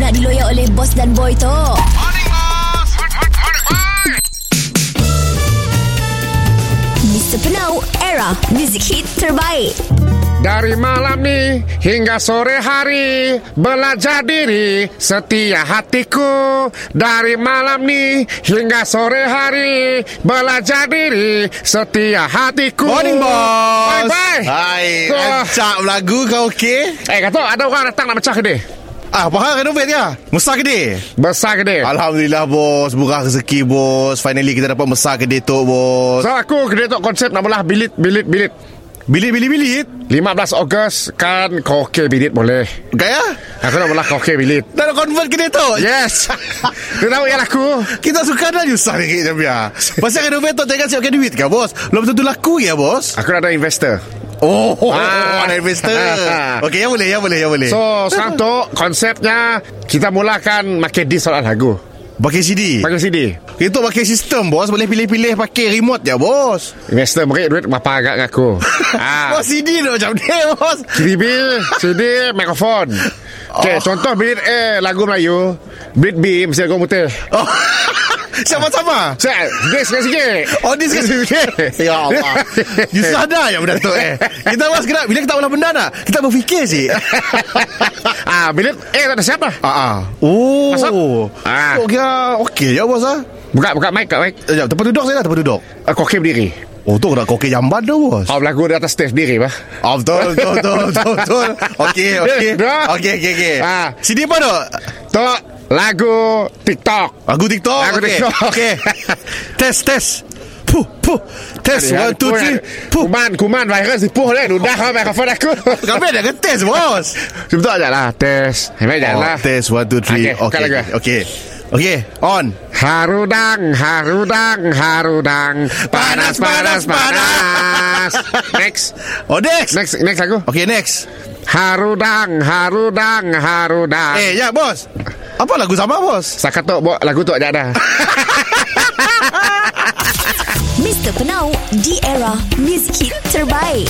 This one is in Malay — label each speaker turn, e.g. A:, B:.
A: nak diloyak oleh bos dan boy tu. Mr. Penau, era music hit terbaik.
B: Dari malam ni hingga sore hari Belajar diri setia hatiku Dari malam ni hingga sore hari Belajar diri setia hatiku
C: Morning, boss. Ha.
B: Bye-bye
C: Hai,
B: So,
C: rancak lagu kau okey?
B: Eh kata ada orang datang nak pecah kedai
C: Ah, faham renovate ke? Mesra kedai.
B: Besar kedai
C: Alhamdulillah bos, murah rezeki bos. Finally kita dapat mesra kedai tok bos.
B: So aku kedai tu konsep nak belah bilit bilit bilit
C: Bilik-bilik-bilik.
B: 15 Ogos kan karaoke bilit boleh
C: Gaya? Ya.
B: Aku nak belah karaoke bilit
C: Dah nak convert kedai tok.
B: Yes Dia tahu yang laku
C: Kita suka dah Yusah ringgit je biar Pasal renovate tu Tengah siapkan duit ke bos Belum tentu laku ya bos
B: Aku nak ada investor
C: Oh, oh, oh
B: Ah.
C: Ada investor
B: Ah.
C: Okey ya boleh Ya boleh ya boleh
B: So sekarang tu konsepnya kita mulakan pakai di soalan lagu.
C: Pakai CD
B: Pakai CD.
C: Itu pakai sistem bos Boleh pilih-pilih Pakai remote ya bos
B: Investor beri duit berapa agak dengan aku. ah.
C: Bos CD tu macam ni bos
B: CD, CD, mikrofon. Okay,
C: Oh.
B: contoh beat A lagu Melayu, beat B mesti lagu putih.
C: oh. Sama-sama
B: Cek, dia sikit-sikit.
C: Oh ni sekarang Ya Allah You sadar yang benda tu eh Kita bos kena Bila kita olah benda nak Kita berfikir sih
B: ah, bilik A tak ada siapa.
C: Ah, ah. Oh
B: Masuk. Ah.
C: ah. Oh, kira Okey ya bos ah.
B: Buka buka mic, buka mic.
C: Eh, Sekejap, tempat duduk saya lah, tempat duduk.
B: Ah, Koki berdiri.
C: Oh, tu nak kokek jamban tu, bos.
B: Oh, lagu di atas stage berdiri, bah.
C: Ah, betul, betul, betul, betul, betul. Okey, okey.
B: Dah.
C: Okey, okey, okey.
B: Ah.
C: Sini apa tu?
B: Tok lagu TikTok.
C: Aku TikTok.
B: Aku
C: okey.
B: TikTok.
C: Okey. Test, test. Puh, puh. Test, one, two, three. Puh.
B: Kuman, kuman virus dipuh lah. Ludah lah mikrofon aku.
C: Kami ada ke test, bos?
B: Sebentar je lah. Tes. Hebat je lah.
C: Oh, test, one, two,
B: Okey,
C: three.
B: buka
C: Okey,
B: lagu. lah.
C: okey. Okey, on.
B: Harudang, harudang, harudang. Panas, panas,
C: Panas, panas,
B: panas. Next.
C: Oh, next.
B: Next, next aku.
C: Okey, next.
B: Harudang, harudang, harudang. Eh.
C: Eh, ya, bos. Apa lagu sama, bos?
B: Sakat tu buat lagu tu aja dah.
A: Mr. Penau, di era music hit terbaik.